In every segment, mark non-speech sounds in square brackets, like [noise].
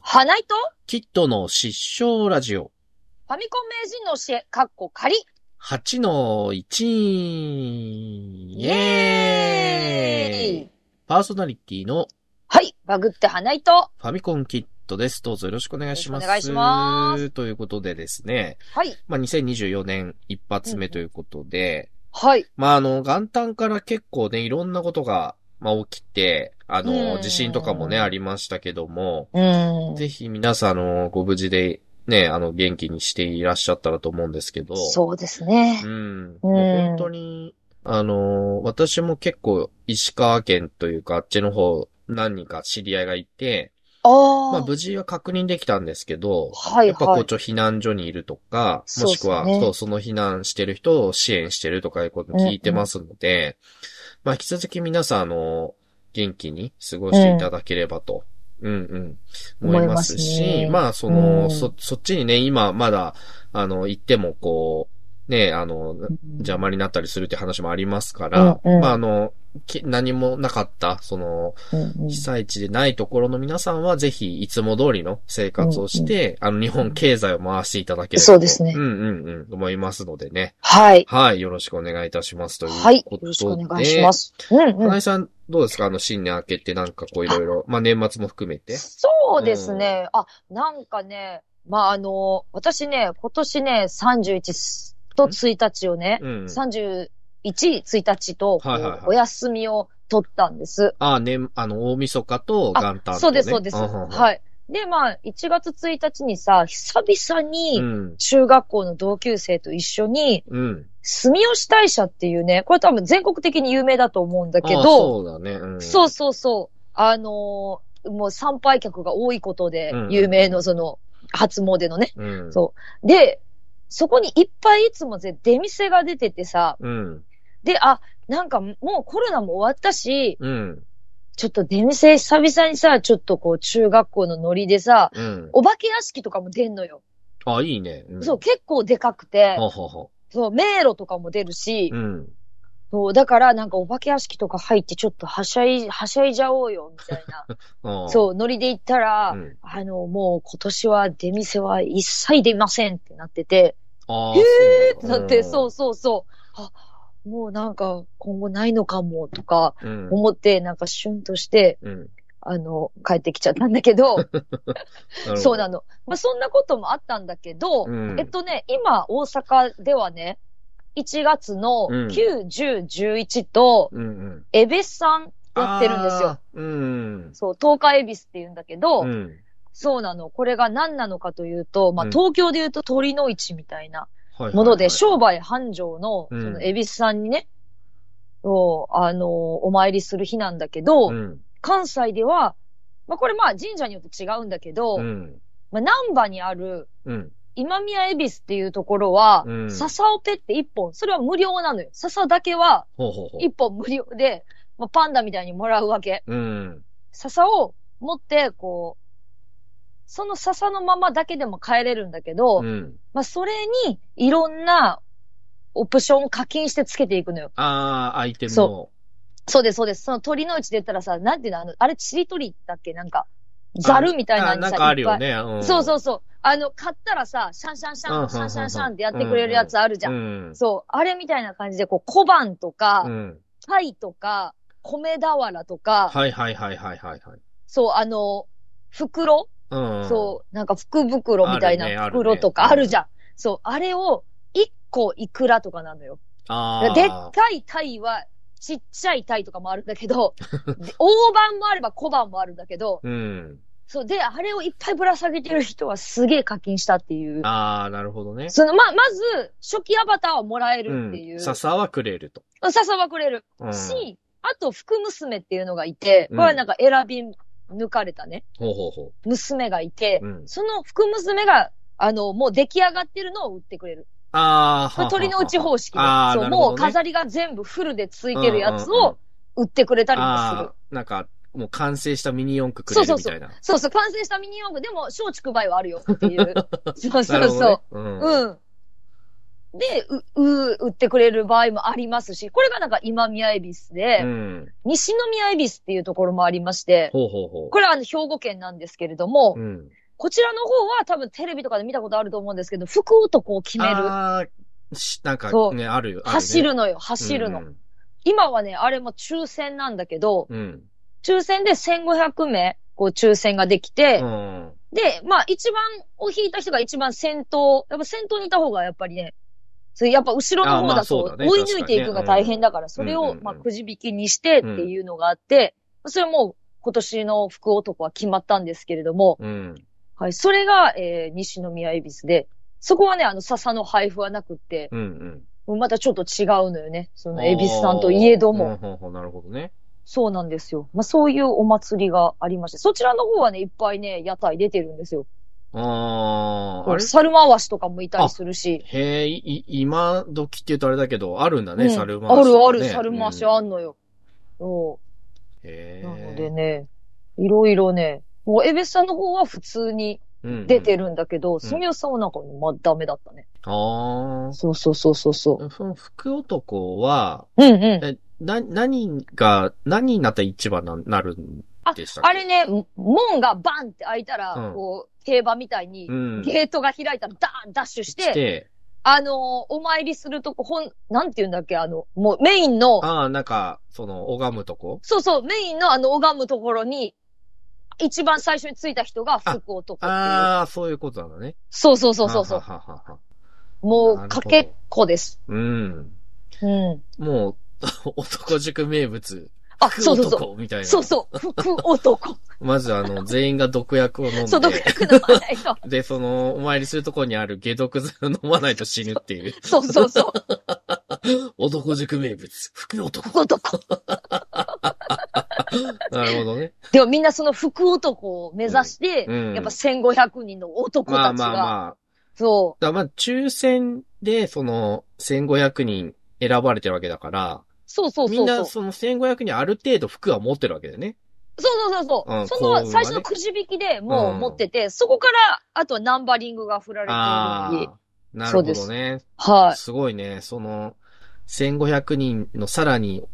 花井とキッドの失笑ラジオファミコン名人の教え、カッコ仮。 8の1イエーイパーソナリティのはい、バグって花井と。ファミコンキッドです。どうぞよろしくお願いします。。よろしくお願いしますということでですね、はい、まあ、2024年一発目ということで、はい、まあ、あの、元旦から結構ね、いろんなことが、まあ、起きて、うあんの、地震とかもね、ありましたけども、うーん。ぜひ皆さん、あの、ご無事で、ね、あの、元気にしていらっしゃったらと思うんですけど。そうですねう。ん。うん本当に、あの、私も結構、石川県というか、あっちの方、何人か知り合いがいて、ああ、まあ、無事は確認できたんですけど、はいやっぱこはう、い。ちょ、避難所にいるとか、そうもでしすくねは、そう、その避難してる人を支援してるとかいうこと聞いてますので、まあ、引き続き皆さん、あの、元気に過ごしていただければと、うん、うん、思いますし、思いますねまあ、その、うんそ、そっちにね、今、まだ、あの、行っても、こう、ね、あの、邪魔になったりするって話もありますから、うんうんまあ、あの、き何もなかった、その、うんうん被災地でないところの皆さんは、ぜひ、いつも通りの生活をして、あの、日本経済を回していただければと。そうですねうんうんうん、思いますのでね。はい。はい、よろしくお願いいたします。ということで。はい。よろしくお願いしま。す。うんう金ん。井さん、どうですかあの、新年明けってなんかこう、いろいろ、まあ、年末も含めて。そうですね。あ、なんかね、まあ、あの、私ね、今年ね、31と1日をね、うん。 31、1日と、こはいはいはいうお休みを取ったんです。ああ、年、あの、大晦日と元旦と、ね。そうです、そうです。んんんはい。で、まあ、1月1日にさ、久々うに、ん。中学校の同級生と一緒に、うん。住吉大社っていうね、これ多分全国的に有名だと思うんだけああど、そうだね。うん。。そううそうそう、あのーもう参拝客が多いことでうん、有名のその、初詣のね。うん。そう。で、そこにいっぱいいつもぜ出店が出ててさ、う。うん。で、あ、なんかもうコロナも終わったし、うん。ちょっと出店久々にさ、ちょっとこう中学校のノリでさ、うん。お化け屋敷とかも出んのよ。あ、いいね。んそう、。結構でかくては、はは。そう、迷路とかも出るし、うん。そう、だからなんかお化け屋敷とか入ってちょっとはしゃい、はしゃいじゃおうよ、みたい [laughs] な。ああそう、ノリで行ったら、うんあの、もう今年は出店は一切出ませんってなってて、ああ、えーってそうななんだって、そうそうそう。あ、もうなんか今後ないのかも、とかうん。思って、なんかシュンとして、うん。うんあの、帰ってきちゃったんだけど、そうなの。の。まあ、そんなこともあったんだけど、うんえっとね、今、大阪ではね、1月のうん9、10、11と、うんうん。エベさんやってるんですよ。あー。うん。そう、東海エビスって言うんだけど、うん。そうなの。これが何なのかというと、まあ、うん東京で言うと鳥の市みたいなはいもので、ょ商売繁盛の、そうんのエビスさんにね、そうあの、お参りする日なんだけど、うん。関西では、まあ、これまあ神社によって違うんだけど、うん。まあ、南波にある、うん。今宮恵比寿っていうところは、うん笹オペって一本、それは無料なのよ。笹だけはほうほうほう一。本無料で、まあ、パンダみたいにもらうわけ。うん。笹を持って、こう、その笹のままだけでも帰れるんだけど、うん。まあ、それにいろんなオプションを課金してつけていくのよ。ああ、アイテムその。そうです、そうです。その鳥の内で言ったらさ、なんていうの、あの、あれ、ちりとりだっけなんか、ザルみたいなのあになんさ、かあるいよっぱいね。うんそうそうそう。あの、買ったらさ、シャンシャンシうんうャんうン、んシャンシャンシャンってやってくれるやつあるじゃん。うん。そう。あれみたいな感じで、こう、小判とか、うん。パイとか、米俵とか、はいはいはいはいはいはい。そう、あの、袋、うん。そう、なんか福袋みたいあるねなあるね袋とうかんあるじゃん。そう、あれを、1個いくらとかなのよ。ああ。でっかい鯛は、ちっちゃい鯛とかもあるんだけ [laughs] ど、で大判もあれば小判もあるんだけど、うん。そう、で、あれをいっぱいぶら下げてる人はすげえ課金したっていう。ああ、なるほどね。その、ま、まず、初期アバターはもらえるっていうう。ん。笹はくれると。笹はくれる。うんし、あと、福娘っていうのがいて、これはなんか選び抜かれたね、ほうほうほ娘がいてう。、うん。その福娘が、あの、もう出来上がってるのを売ってくれる。あこあ。れ鳥の内方式で。あーそう、なるほどもねう飾りが全部フルでつついてるやつを売ってくれたりもする。ああ、なんか、もう完成したミニ四駆くれるみたいな。そうそう、完成した [laughs] ミニ四駆でも、松竹梅はあるよっていう。そうそなるうほそう。どね。うん。うん。で、う、う、売ってくれる場合もありますし、これがなんか今宮恵比寿で、うん。西宮恵比寿っていうところもありまして、ほうほうほう。これはあの兵庫県なんですけれども、うん。こちらの方は多分テレビとかで見たことあると思うんですけど、服男を決める。あーしなんかそうね、あるよ。あね走るのよ、走るの。うん今はね、あれも抽選なんだけど、うん。抽選で1500名、こう抽選ができて、うん。で、まあ一番を引いた人が一番先頭、やっぱ先頭にいた方がやっぱりね、それやっぱ後ろの方あまだあそうとだね追い抜いていくのが大変だから、そかにねれうんをうんまあくじ引きにしてっていうのがあって、それはもう今年の福男は決まったんですけれども、うん。はい、それが、えー、西宮恵比寿で、そこはね、あの、笹の配布はなくって、うん。うん。もうまたちょっと違うのよね。その、恵比寿さんといえども。あー。ほうほうほうなるほどね。そうなんですよ。まあ、そういうお祭りがありまして、そちらの方はね、いっぱいね、屋台出てるんですよ。ああ、あれ猿回しとかもいたりするし。へえ、い、い今時って言うとあれだけど、あるんだうね、ん猿回し、あるある、ね猿回しうんあんのよ。そへう。え。なのでね、いろいろね、もう、エベスさんの方は普通にうん出てるんだけど、住吉さんはなんか、まあ、ダメだったね。あそうそうそうそうそあ。その福男は、う。うんうん。え、な、何が、何になったら一番な、なるんでしたっけあれね、も門がバンって開いたら、うんこう、競馬みたいにう、ん。ゲートが開いたらダーンダッシュして、して、あのーお参りするとこ、ほん、なんて言うんだっけ、あの、もうメインの、ああ、なんか、その、拝むとこそうそう、メインのあの拝むところに、一番最初に着いた人が福男っていう。ああ、そういうことなんだね。そうそうそうそうそうははははもなう、るほかどけっこです。うん。うん。もう、 [laughs] 男塾名物、あ、福そうそうそ。男みたいうな。そうそう、福男。まず [laughs] あの、全員が毒薬を飲んで。そう、独 [laughs] 特の名前の。で、その、お参りするとこにある解毒剤を飲まないと死ぬっていう。 [laughs] そうそうそう。男塾名物、福 [laughs] 男。福男。なるほどね。でもみんなその福男を目指して、うん。やっぱ1500人の男まあたちまあが、まあ。そだまあ、抽選で、その、1500人選ばれてるわけだから、う、そうそうみそう。んなそうその1500人ある程度服は持ってるわけだよね。そうそうそう。うんそ幸運はのね最初のくじ引きでもう持ってて、そこから、あとはナンバリングが振らあれてるのに。あ。なるほどね。はい。すごいね。その、1500人のさらに、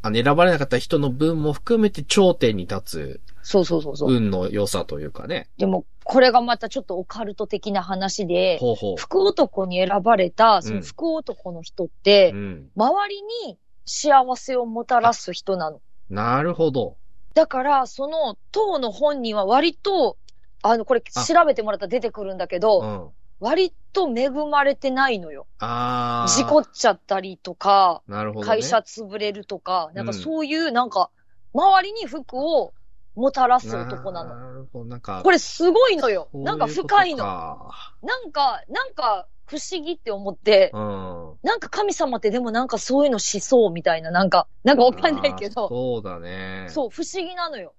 あの選ばれなかった人の分も含めて頂点に立つそうそうそうそう。運の良さというかね。でも、これがまたちょっとオカルト的な話で、ほうほ福男に選ばれた、その福男の人って、う。うん。周りに幸せをもたらす人なの。なるほど。だから、その、党の本人は割と、あの、これあ調べてもらったら出てくるんだけうど、ん。割と恵まれてないのよ。ああ。事故っちゃったりとか、なるほど、ね。会社潰れるとか、なんかうんそういう、なんか、周りに服をもたらす男なの。なるほど、なんか。これ、れすごいのよ。なんか深いの。の。なんか、なんか不思議って思って、うん。なんか神様ってでもなんかそういうのしそうみたいな、なんか、なんかわかんないけあーど、そうだね。そう、不思議なのよ。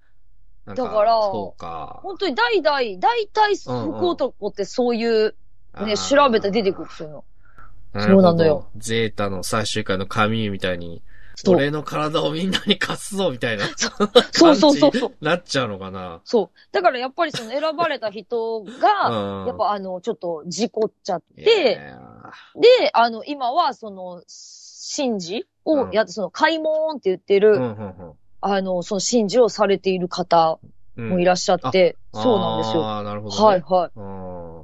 なんだからそうか。本当に代々、大体うんうん福男ってそういう、あね、ー調べたら出てくるっていうの。るほどそうなのよ。ゼータの最終回の神みたいに、そう俺の体をみんなに貸すぞみたいな、そうそうそうそう。なっちゃうのかな。そう。だからやっぱりその選ばれた人が、うん。やっぱあの、ちょっと事故っちゃっいて、やで、あの、今はその、神事をやって、その、開門って言ってー、うる、んうんあの、その神事をされている方うん。もいらっしゃって、うんそうなんですよ。ああ、なるほど、ね。はい。はい。う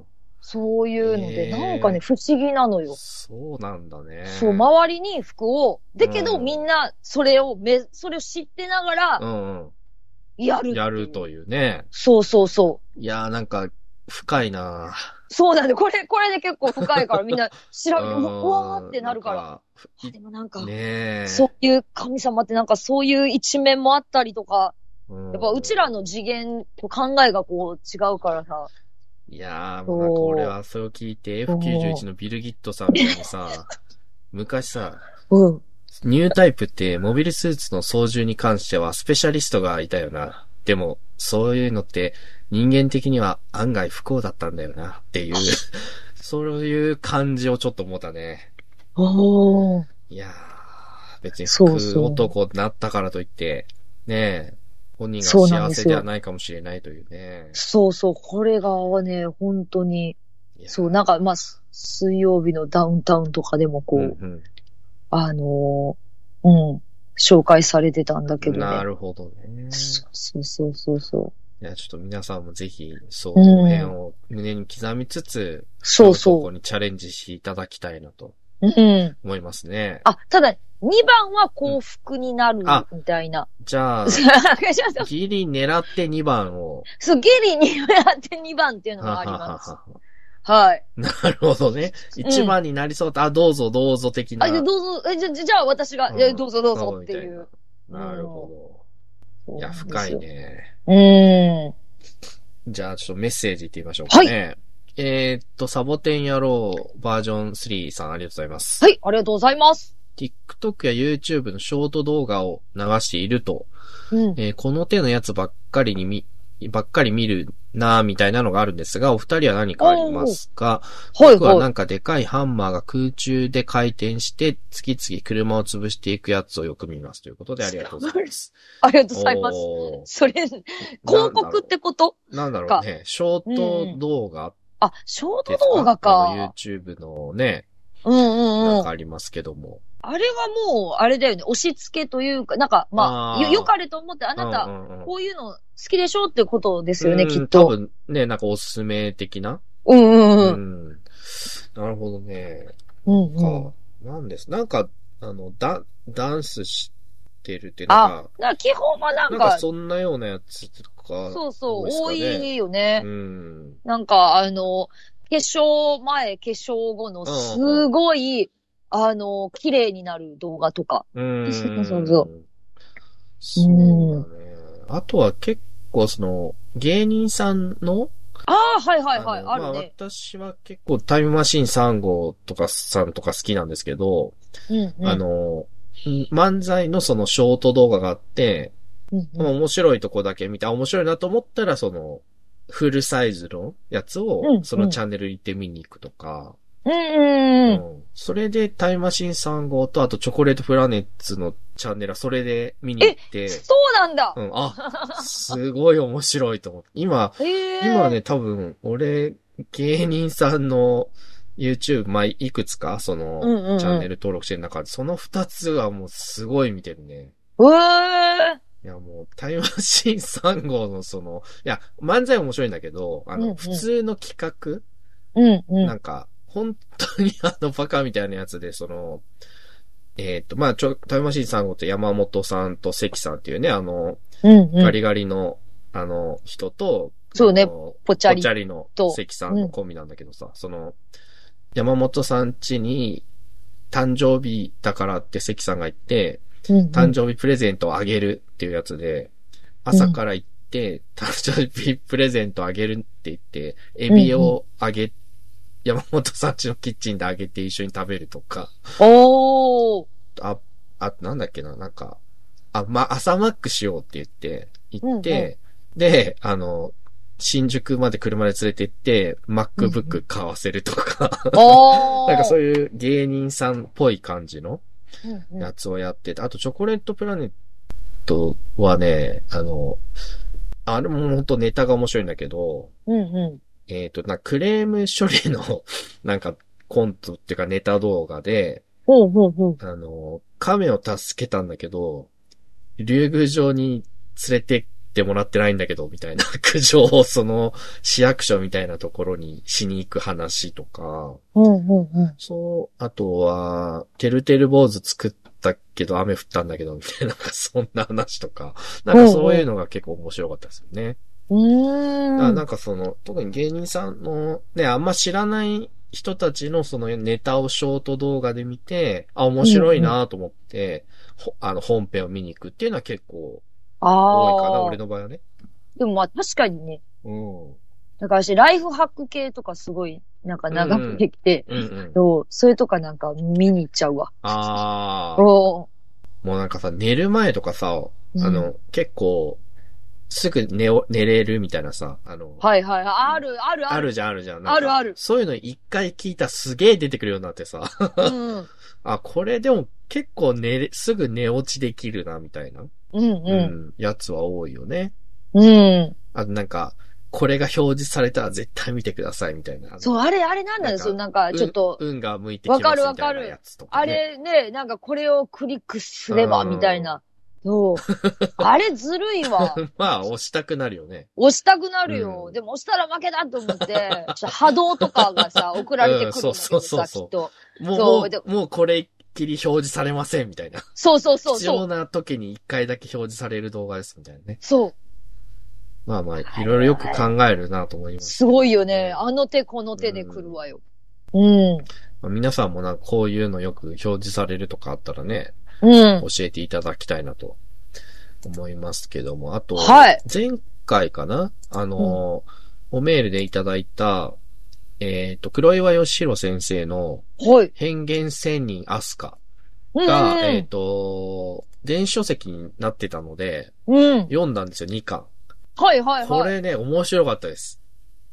ん。そういうので、へーなんかね、不思議なのよ。そうなんだね。そう、周りに服を、だけどうんみんなそれをめ、それを知ってながらうんやうる。ん。やる。というね。そうそうそう。いやーなんか、深いなそうなんで、これ、これで結構深いからみん [laughs] な調べて、うんうわーってなるから。なんでもなんかか、ねえ。そういう神様ってなんかそういう一面もあったりとか、うん。やっぱうちらの次元と考えがこう違うからさ、いやー、もうなんか俺はそれを聞いて F91 のビルギットさんみたいにさ、 [laughs] 昔さ、うん。ニュータイプってモビルスーツの操縦に関してはスペシャリストがいたよな。でも、そういうのって人間的には案外不幸だったんだよなっていう、 [laughs] そういう感じをちょっと思ったね。おー。いやー、別にそう服そう男になったからといって、ねえ、本人そうがなん幸ですよせではないかもしれないというね。そうそう、これがね、本当に、そう、なんか、まあ、す水曜日のダウンタウンとかでもこう、んあのーうん、紹介されてたんだけうどん。なね。るほどね。そうそうそうそう。いや、ちょっと皆さんもぜひ、そう、うこんの辺を胸に刻みつつ、そうここそにチャレンジしていただきたいなとう。うん。思いますね。あ、ただ、2番は幸福になるんあみたいな。じゃあ、ギリ狙って2番を。 [laughs] そう、ギリにやって2番っていうの [laughs] があります。はははははい。 [laughs] なるほどね。1番になりそうだあ、どうぞどうぞ的な。あ、じゃあどうぞ、えじゃあ、じゃあ私が、うんえどうぞどうぞっていどうう。なるほど。いや、深いね。ね。じゃあ、ちょっとメッセージいってみましょうかね。えーっと、サボテン野郎バージョン3さんありがとうございます。うん。はい、ありがとうございます。 TikTok や YouTube のショート動画を流していると、うん。えーこの手のやつばっかりにみ、ばっかり見るなぁ、みたいなのがあるんですが、お二人は何かありますかはい、僕はなはい。んかでかいハンマーが空中で回転して、次々車を潰していくやつをよく見ますということでありがとうございます。ありがとうございます。おーそれ、広告ってことなんだろうなんだろうね。ショート動画あ、ショーでト動すか画あのか。 YouTube のね、うんうんなうんんか。ありますけども。あれはもう、あれだよね。押し付けというか、なんか、まああ、ーよ、よかれと思って、あなた、たこういうの好きでしょってことですよね、うんきっ多と。分ね、なんかおすすめ的な。うんうんう。うんんなるほどね。うんか、うん。なんです。なんか、あの、ダ、ダンスしてるってなんか、だから基本はななんんかか、そんなようなやつとか、そうそう、多多いですかねいよね。ん。なんか、あの、化粧前、化粧後の、すごい、あの、綺麗になる動画とか。う [laughs] ん。。そうそうそうだね。あとは結構その、芸人さんの、ああ、はいはいはい、のあるまあね。私は結構タイムマシーン3号とかさんとか好きなんですけど、うんうんあ、の、漫才のそのショート動画があって、うんうん面白いとこだけ見て、あ、面白いなと思ったら、その、フルサイズのやつうを、んそのチャンネル行って見に行くとか、うんうん。うんそれでタイムマシーン3号と、あとチョコレートプラネッツのチャンネルはそれで見に行って、そうなんだうん、あ、すごい面白いと思って。今、へえ。今ね、多分、俺、芸人さんの YouTube、まあ、いくつか、その、うんうんうんチャンネル登録してる中で、その二つはもうすごい見てるね。うわいや、もう、タイムマシーン3号のその、いや、漫才面白いんだけど、あの、うんうん普通の企ーうんう画、ん。なんか、本当にあの、バカみたいなやつで、その、えっ、と、まあ、ちょ、タイムマシーン3号って山本さんと関さんっていうね、あの、うんうガん。リガリの、あの、人と、そうねあのぽっちゃりぽっちゃりの関さんのコンビなんだけどさ、その、山本さん家に、誕生日だからって関さんが言って、誕生日プレゼントをあげるっていうやつで、朝から行って、誕生日プレゼントあげるって言って、エビをあげ、山本さんちのキッチンであげて一緒に食べるとか、お [laughs] ー。あ、あ、なんだっけな、なんか、あ、ま、朝マックしようって言って、行って、で、あの、新宿まで車で連れて行って、MacBook 買わせるとか、おー。 [laughs] なんかそういいう芸人さんっぽい感じのうんうん。やつをやってて、あとチョコレートプラネットはね、あの、あれも本当ネタが面白いんだけど、うんうん。えっ、と、な、クレーム処理の、 [laughs] なんか、コントっていうかネタ動画で、ほうほうほう。あの、亀を助けたんだけど、竜宮城に連れてってもらってないんだけど、みたいな苦情をその市役所みたいなところにしに行く話とか、うんうんうん。そう、あとは、てるてる坊主作ったけど雨降ったんだけど、みたいな、なんかそんな話とか、なんかそういうのが結構面白かったですよね。うあーん。なんかその、特に芸人さんの、ね、あんま知らない人たちのそのネタをショート動画で見て、あ、面白いなと思って、ほあの、本編を見に行くっていうのは結構多いかな、あ俺ー。の場合はね。でもまあ確かにね、うん。うんなんか私、ライフハック系とかすごい、なんか長くできて、うん。そうそれとかなんか見に行っちゃうわ。ああ。おもうなんかさ、寝る前とかさ、うんあの、結構、すぐ寝を、寝れるみたいなさ、あの、はいはい。ある、ある、あある。るじゃんあるじゃん。なんかあるあるそういうの一回聞いたらすげえ出てくるようになってさ、うん。あ、これでも結構寝れ、すぐ寝落ちできるな、みたいな、うんやつは多いよね。うん。うん。あとなんか、これが表示されたら絶対見てくださいみたいな。そう、う、あれ、あれなんだなんよ、かそう、なんか、ちょっと、運が向いてきますみたいわかるわかなるやつとか、ね。あれね、なんかこれをクリックすれば、うんみたいな。そう。あれずるい [laughs] わ。まあ、押したくなるよね。押したくなるよ。うんでも押したら負けだと思って、ちょっと波動とかがさ、送られてくるんだけどさ、うんそうそうそうきっと。もう、そうもでう、もうこれっきり表示されませんみたいな。そうそうそう必そ要う。な時に一回だけ表示される動画ですみたいなね。そう。まあまあ、いはいろいろよく考えるなと思います。すごいよね。あの手この手で来るわよ。うん。まあ皆さんもなんかこういうのよく表示されるとかあったらね、うん。教えていただきたいなと思いますけども、あと、はい。前回かなあのー、おメールでいただいた、えっ、と、黒岩義弘先生のはい。変幻仙人アスカうんが、えっ、と、電子書籍になってたので、うん。うん。読んだんですよ、2巻。はいはいこはい。れね、面白かったです。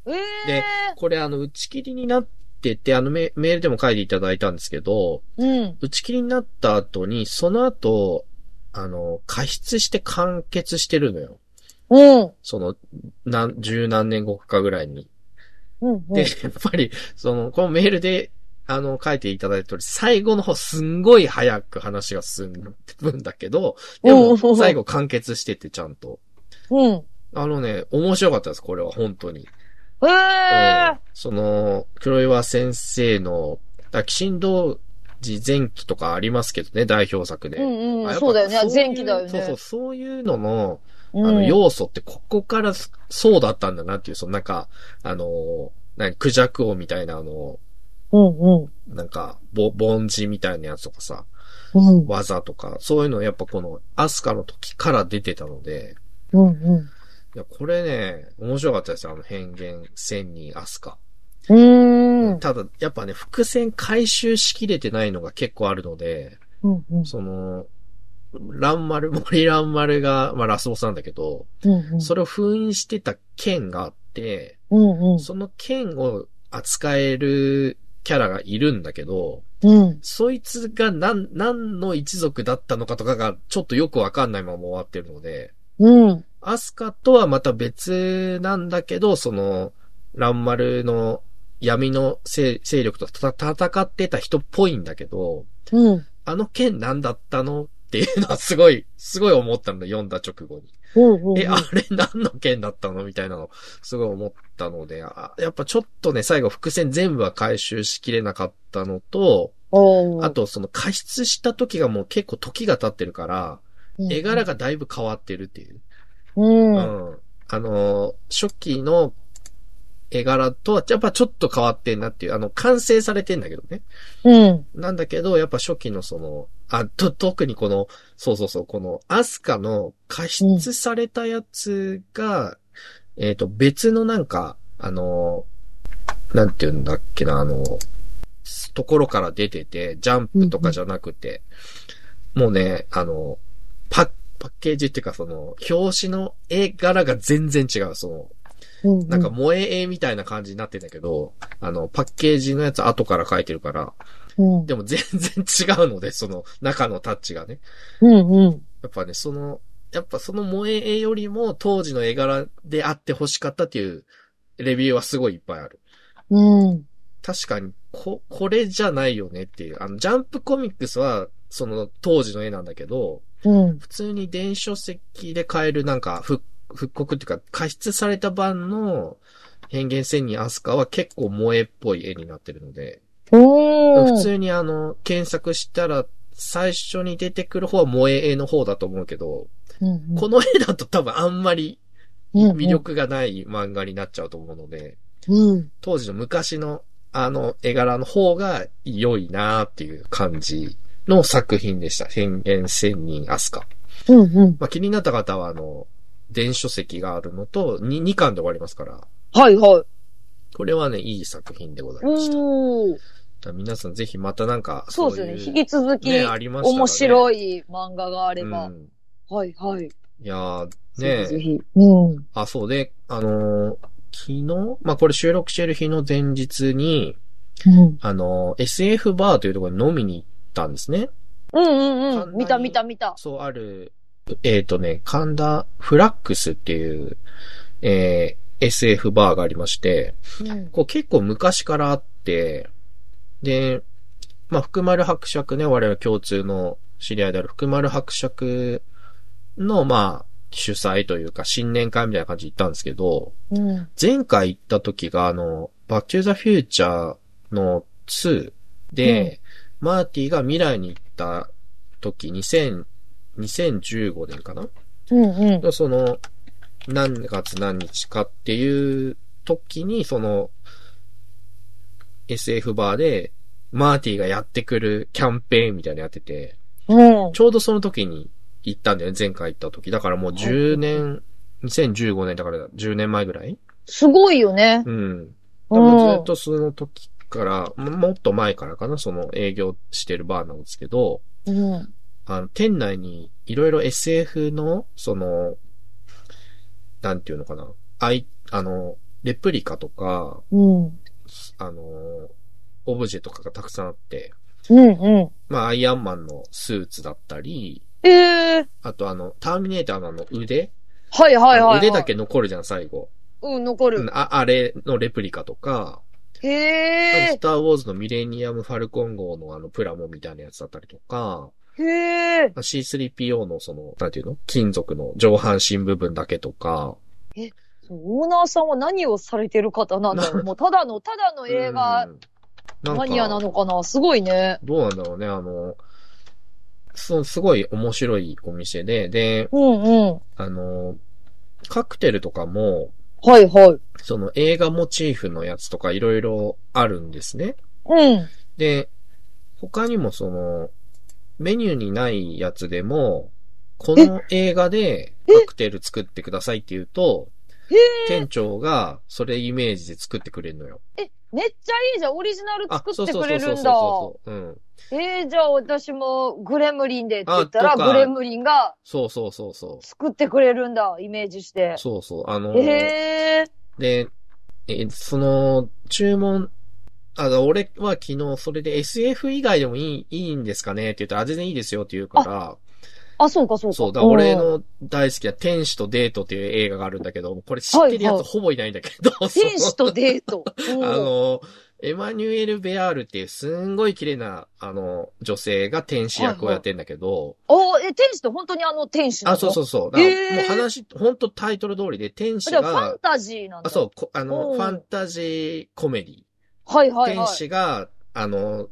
えでこれあの、打ち切りになってて、あのメメールでも書いていただいたんですけど、えうん。打ち切りになった後に、その後、あの、加筆して完結してるのよ。うん。その、何、十何年後かぐらいに。うん。で、やっぱり、その、このメールで、あの、書いていただいた通り、最後の方、すんごい早く話が進むんだけど、でおも、う最後完結してて、ちゃんと。うん。あのね、面白かったです、これは、本当に。ええその、黒岩先生の、だ鬼神道寺前期とかありますけどね、代表作で。うんうん。あやっぱそうだよねい。う前期だよね。そうそう、そういうのの、うあの、ん要素ってここからそそうだったんだなっていう、そのなんか、あの、何、クジャク王みたいなあの、うんなんか、ぼ、凡字みたいなやつとかさ、うん。うん。技とか、そういうのやっぱこの、アスカの時から出てたので、うんうん。いや、これね、面白かったですよ、あの、変幻、千人、アスカ。うーん。ただ、やっぱね、伏線回収しきれてないのが結構あるので、うんうん。その、ランマル、 [laughs] 森ランマルが、まあラスボスなんだけど、うんうん。それを封印してた剣があって、うんうん。その剣を扱えるキャラがいるんだけど、うん。そいつが何、何の一族だったのかとかがちょっとよくわかんないまま終わってるので、うん。アスカとはまた別なんだけど、その、ランマルの闇の勢勢力とた戦ってた人っぽいんだけど、うん。あの剣何だったのっていうのはすごい、すごい思ったんだ、読んだ直後に。うん。え、あれ何の剣だったのみたいなの、すごい思ったので、あやっぱちょっとね、最後伏線全部は回収しきれなかったのと、おーあ、とその加筆した時がもう結構時が経ってるから、絵柄が、がだいぶ変わってるっていう。うん。ううんん。あのー、初期の絵柄とはやっぱちょっと変わってんなっていう、あの、完成されてんだけどね。うん。なんだけど、やっぱ初期のその、あ、と、特にこの、そうそうそう、この、アスカの加筆されたやつが、えっ、と、別のなんか、あの、なんて言うんだっけな、あの、ところから出てて、ジャンプとかじゃなくて、もうね、あの、パッ、パッケージっていうか、その、表紙の絵柄が全然違う、その、うん。なんか、萌え絵みたいな感じになってんだけど、あの、パッケージのやつ後から描いてるから、うん。でも全然違うので、その中のタッチがね。うんうん。やっぱね、その、やっぱその萌え絵よりも当時の絵柄であって欲しかったっていうレビューはすごいいっぱいある。うん。確かに、こ、これじゃないよねっていう。あの、ジャンプコミックスは、その当時の絵なんだけど、うん。普通に電子書籍で買えるなんか復、復刻っていうか、加筆された版の変幻仙人アスカは結構萌えっぽい絵になってるので、おー普通にあの、検索したら、最初に出てくる方は萌え絵の方だと思うけど、うんこの絵だと多分あんまりうん魅。力がない漫画になっちゃうと思うので、うん。当時の昔のあの絵柄の方が良いなーっていう感じの作品でした。変幻仙人アスカ。うんうん。まあ、気になった方はあの、電子書籍があるのと2、2巻で終わりますから、はいはい。これはね、いい作品でございました。だかおーら皆さんぜひまたなんかそういですね。引き続き、ねありましたらね面白い漫画があればう。んはいはい。いやーぜねひぜひ。うん。あ、そうで、あのー昨日、まあ、これ収録してる日の前日に、うんあのー SF バーというところに飲みに行ったんですね。うん神田うん。に見た見た見た。そう、ある、えっ、とね、神田フラックスっていう、えー SF バーがありまして、うん。こう結構昔からあって、で、まあ、福丸伯爵ね、我々共通の知り合いである福丸伯爵の、まあ、主催というか、新年会みたいな感じで行ったんですけど、うん。前回行った時が、あの、バッチューザフューチャーの2で、マーティが未来に行った時、2000、2015年かなうん。うん。その、何月何日かっていう時に、その、SF バーで、マーティがやってくるキャンペーンみたいなのやってて、うん。ちょうどその時に行ったんだよね、前回行った時。だからもう10年、2015年だから10年前ぐらいすごいよね。うん。でうもずんっ。とその時から、ももっと前からかな、その営業してるバーなんですけど、うん。あの、店内にいろいろ SF の、その、なんていうのかな、あい、あの、レプリカとか、うん。あの、オブジェとかがたくさんあって、うん。うまあ、アイアンマンのスーツだったり、ん。ええ。あとあの、ターミネーターのあの腕、はいはいはいはい。腕だけ残るじゃん、最後。うん、残うんる。あ、あれのレプリカとか、あのへスターウォーズのミレニアムファルコン号のあのプラモみたいなやつだったりとか、え。へえ。 C3PO のその、なんていうの金属の上半身部分だけとか、オーナーさんは何をされてる方なんだろう。もうただの、ただの映画うんなんかマニアなのかな。すごいね。どうなんだろうね、あの、そう、すごい面白いお店で、で、うんうん。あの、カクテルとかも、はいはい。その映画モチーフのやつとかいろいろあるんですね。うん。で、他にもその、メニューにないやつでも、この映画でカクテル作ってくださいって言うと、店長がそれイメージで作ってくれるのよ。めっちゃいいじゃん。オリジナルあ、作そっうてそうくそれうそうるんそうだ。そう。うん。えー、じゃあ私もグレムリンでって言ったあら、とかグレムリンがそうそうそうそう。作ってくれるんだ。イメージして。そうそう。あの、えー、で、え、その、注文、あの、俺は昨日それで SF 以外でもいい、いいんですかねって言ったら、あ全然いいですよって言うから、あ、そうかそうか。そう、だから俺うん。の大好きな天使とデートっていう映画があるんだけど、これ知ってるやはいはついほぼいないんだけど、そう天使とデー [laughs] ト。うんあの、エマニュエル・ベアールっていうすんごい綺麗な、あの、女性が天使役をやってんだけど、おえ、天使って本当にあの天使なのあ、そうそうそう。だへかーらもう話、本当タイトル通りで天使じゃあファがン、タジーなんだ。あ、そう、こあうの、んファンタジーコメディ。はいはいは天い。使が、あの、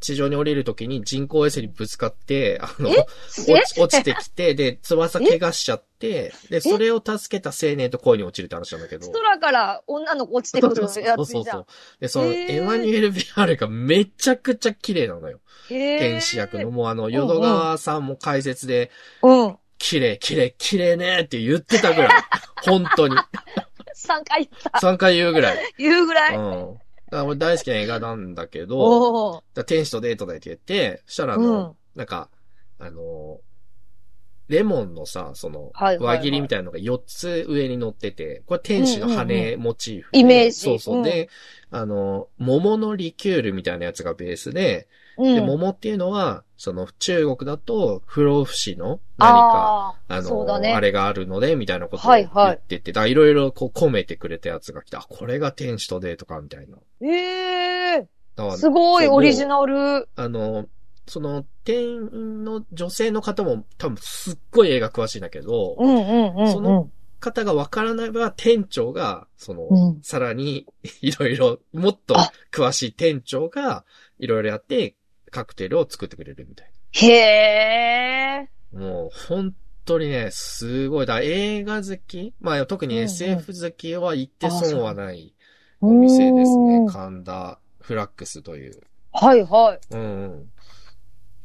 地上に降りるときに人工衛星にぶつかって、あの、え落ち落ちてきて、で、翼怪我しちゃって、で、それを助けた青年と恋に落ちるって話なんだけど。空から女の子落ちてくるやつじゃん。そうそうそう。で、その、へーエマニュエル・ビアールがめちゃくちゃ綺麗なのよ。へー天使役の、もうあの、淀川さんも解説で、うん。綺麗、綺麗、綺麗ねって言ってたぐ [laughs] らい。本当に。 3回言った。 3回言うぐらい。言うぐらうい。ん。だから俺大好きな映画なんだけど、おお。だから天使とデートだって言って、そしたらあうの、ん。なんか、あの、レモンのさ、その、はいはいはい輪切りみたいなのが4つ上に乗ってて、これ天使の羽モチーフで、イメージそうそう。うんで、あの、桃のリキュールみたいなやつがベースで、うで、ん。桃っていうのは、その中国だと不老不死の何か、ああー、あそうの、だねあれがあるので、みたいなことをは言いはいってて、だからいろいろこう込めてくれたやつが来て、あ、これが天使とデートか、みたいな。ええだからすごいそうオリジナル。あの、その、店員の女性の方も多分すっごい映画詳しいんだけど、うんうんうんうん。その方がわからない場合は店長が、その、うん、さらにいろいろ、もっとあ詳しい店長がいろいろやってカクテルを作ってくれるみたいへえ。な。もう本当にね、すごい。だから映画好きまあ特にうんうん SF 好きは行って損はないおお店ですね。ー神田フラックスという。はいはい。うんうん。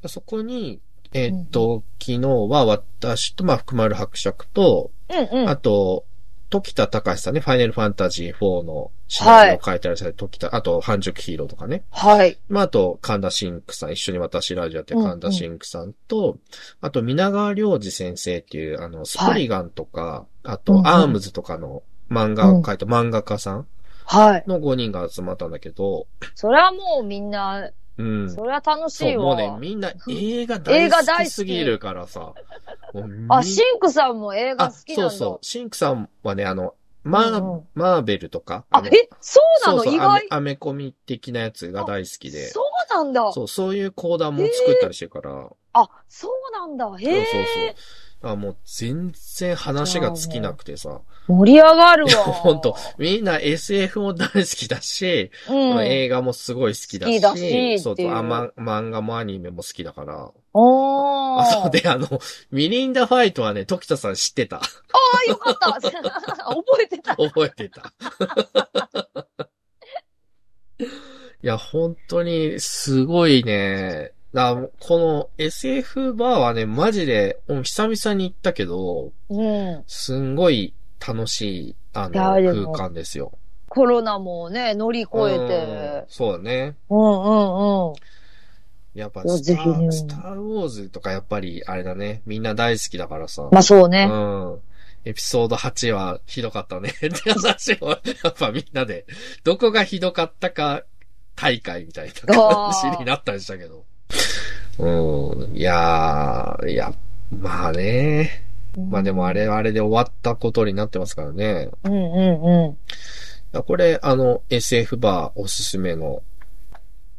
そこに、えーっと、昨日は私と、まあ、福丸伯爵と、うんうん。あと、時田隆さんね、ファイナルファンタジー4のシナリオを書いてらっしゃる時田、あと、半熟ヒーローとかね。はい。まあ、あと、神田真クさん、一緒に私ラジオやってるうんうん神田真クさんと、あと、皆川良二先生っていう、あの、スプリガンとか、うあんうんと、アームズとかの漫画を書いた漫画家さんはい。の5人が集まったんだけど、それはもうみんな、うん。それは楽しそう、いもわ。うね、みんな映画映画大大好好ききすぎるからさ。もうみんあ、シンクさんも映画あ好きなんだ。そうそう。シンクさんはね、あの、マー、うんうんマーベルとか。あの、え、そうなのそう意そうアメ外。アメコミ的なやつが大好きで。そうなんだ。そう、そういう講談も作ったりしてるから。あ、そうなんだ。へそうそうえ。そう。あ、もう全然話が尽きなくてさ。盛り上が [laughs] るわ。ほんと、みんな SF も大好きだし、うん。映画もすごい好きだ好し、きだしっていうそうそうあ、ま、漫画もアニメも好きだから。おー。あ、そうで、あの、ミリンダファイトはね、時田さん知ってた。 [laughs] あーよかった [laughs] 覚えてた。覚えてた。 [laughs] いや、本当に、すごいね。だこの SF バーはね、マジで、うん久々に行ったけど、うん。すんごい楽しい、あの、いやで空も間ですよ。コロナもね、乗り越えうんて。そうだね。うんうんうん。やっぱいやスタぜひねー、スターウォーズとかやっぱり、あれだね。みんな大好きだからさ。まあそうね。うん。エピソード8はひどかったね。 [laughs] って話を、やっぱみんなで、どこがひどかったか大会みたいな感じになったりしたけど。うん。いやー、いや、まあね。まあでもあれはあれで終わったことになってますからね。うんうんうん。いやこれ、あの、SF バーおすすめの、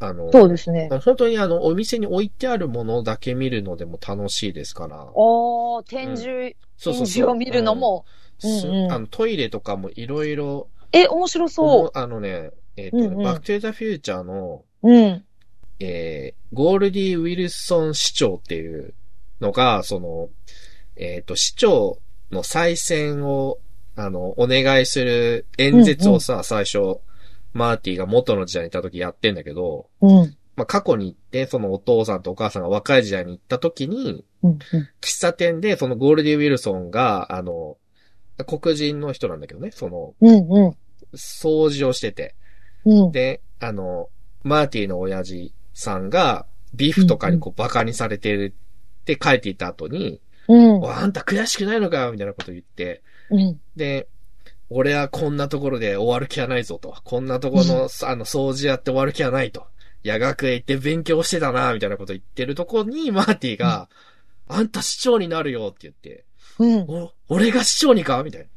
あの、そうですね。本当にあの、お店に置いてあるものだけ見るのでも楽しいですから。おー、展示、そうそう展そ示うを見るのも。すうんうんあのトイレとかもいろいろ、え、面白そあのね、えっ、と、うんうんバックトゥーザフューチャーの、う。うん。えーゴールディ・ウィルソン市長っていうのが、その、えっ、と、市長の再選を、あの、お願いする演説をさ、最初、マーティが元の時代にいた時やってんだけど、うん。まあ、過去に行って、そのお父さんとお母さんが若い時代に行った時に、うん喫茶店で、そのゴールディ・ウィルソンが、あの、黒人の人なんだけどね、その、うん。うん掃除をしてて。うん。で、あの、マーティの親父さんが、ビフとかにこう、バカにされてるって書いていた後に、うん。おあんた悔しくないのかよみたいなこと言って、うん。で、俺はこんなところで終わる気はないぞと。こんなところの、あの、掃除やって終わる気はないと。夜学へ行って勉強してたな、みたいなこと言ってるとこに、マーティが、あんた市長になるよって言って、うん。お、俺が市長にかみたいな。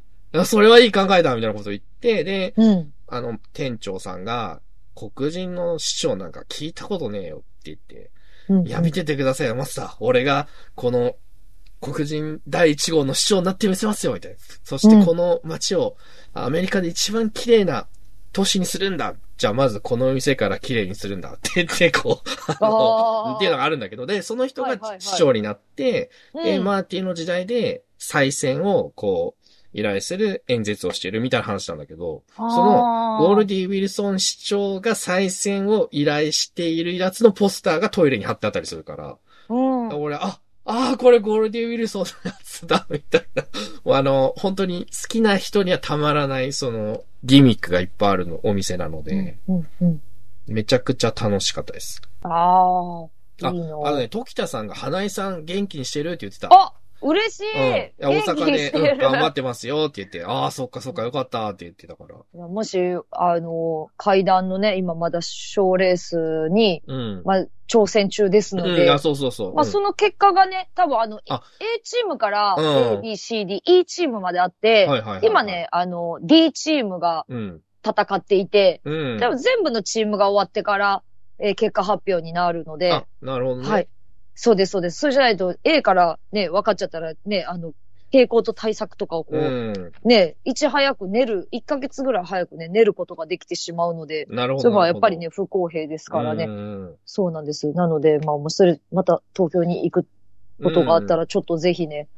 あそれはいい考えだみたいなこと言って、で、うん。あの、店長さんが、黒人の市長なんか聞いたことねえよって言って、うん。いや、見ててくださいよ、マスター。俺が、この、黒人第1号の市長になってみせますよ、みたいな。そしてこの街を、アメリカで一番綺麗な都市にするんだ。じゃあ、まずこの店から綺麗にするんだ。って言って、こう、ああーの、っていうのがあるんだけど、で、その人はいがはいはい市長になって、で、うんマーティの時代で再選をこう、依頼する演説をしてるみたいな話なんだけど、その、ウォールディ・ウィルソン市長が再選を依頼しているやつのポスターがトイレに貼ってあったりするから、あーうん。俺、あ、ああ、これゴールディ・ウィルソンのやつだ、みたいな。もうあの、本当に好きな人にはたまらない、その、ギミックがいっぱいあるの、お店なので、うん。うん。めちゃくちゃ楽しかったです。ああ、いいの。あのね、時田さんが花井さん元気にしてるって言ってた。あ、嬉しい。うんいや大元阪気にでし、てうんる。頑張ってますよって言って、ああ、そっかそっかよかったって言ってたから。もし、あの、階段のね、今まだ賞レースに、うん。まあ、挑戦中ですのうん、で、あそうそうそう。まあ、うんその結果がね、多分あの、あ A チームからうん A、B、C、D、E チームまであって、はいはいはいはい今。ね、あの、D チームがうん。戦っていて、うん。多分全部のチームが終わってから、えー結果発表になるのであ、、なるほどね。はい。。そうです、そうです。そうじゃないと A からね、分かっちゃったらね、あの、傾向と対策とかをこう、うん。ね、いち早く寝る、1ヶ月ぐらい早くね、寝ることができてしまうので、なるほど。それはやっぱりなるね、不公平ですほかど、らね。うんそうなんです。なので、まあ、もうそれ、また東京に行くことがあったら。ら、ちょっとぜひね、うん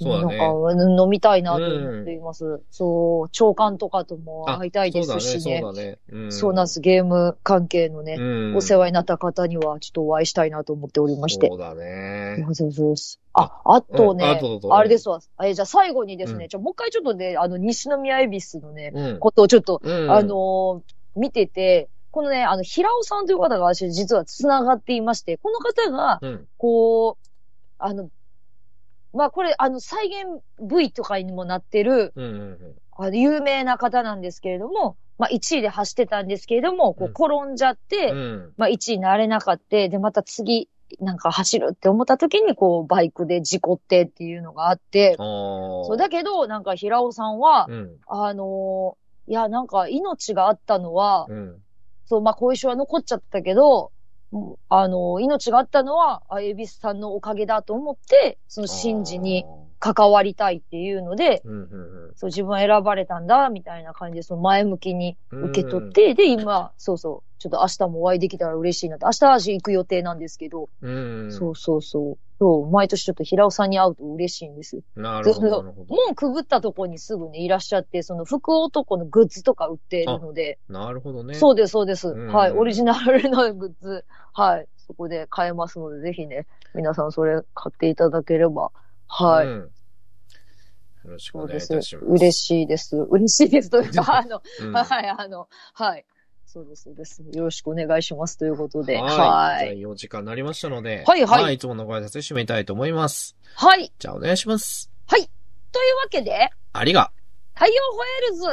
そうだねなんか、飲みたいなと思っています。そう、長官とかともあ会いたいですしね。そうだね、そうだね。そうなんです。ゲーム関係のね、うん。お世話話になった方には、ちょっとお会いしたいなと思っておりまして。そうだね。そうそうそうあ、あとね、うんあどうぞどうぞあれですわ。え、じゃあ最後にですね、うんじゃあもう一回ちょっとね、あの、西宮恵比寿のね、うん。ことをちょっと、うんあ、のー見てて、このね、あの、平尾さんという方が私実は繋がっていまして、この方が、うん。こう、あの、まあ、これ、あの、再現 V とかにもなってる、うんうんうん。あの、有名な方なんですけれども、まあ、1位で走ってたんですけれども、こう、うん転んじゃって、うん。まあ、1位になれなかった。で、また次、なんか走るって思った時に、こう、バイクで事故ってっていうのがあって、あそうだだけど、なんか平尾さんは、うん。あのーいや、なんか命があったのは、うん。そう、まあ、後遺症は残っちゃったけど、うんあのー命があったのは、あエビスさんのおかげだと思って、その神事にあー。関わりたいっていうので、うんうんそう、自分は選ばれたんだ、みたいな感じで、その前向きにうん。受け取って、で、今、そうそう、ちょっと明日もお会いできたら嬉しいなって、明日私行く予定なんですけど、うん。うん。そうそうそう。そう、毎年ちょっと平尾さんに会うと嬉しいんですよ。なるほど、なるほ門くぐったとこにすぐね、いらっしゃって、その福男のグッズとか売っているので、ど。なるほどね。そうです、そうです。うんはい、オリジナルのグッズ、はい、そこで買えますので、ぜひね、皆さんそれ買っていただければ、はい。うん。よろしくそおう願でいいすたします。。嬉しいです。嬉しいです。という [laughs] か、あの、 [laughs] うんはい、あの、はい。そうです、そうです。よろしくお願いします。ということで。ははい。い。第4時間になりましたので、はいはいいつものご挨拶で締めたいと思います。はい。じゃあお願いします。というわけで、ありが。太陽ホエールズ、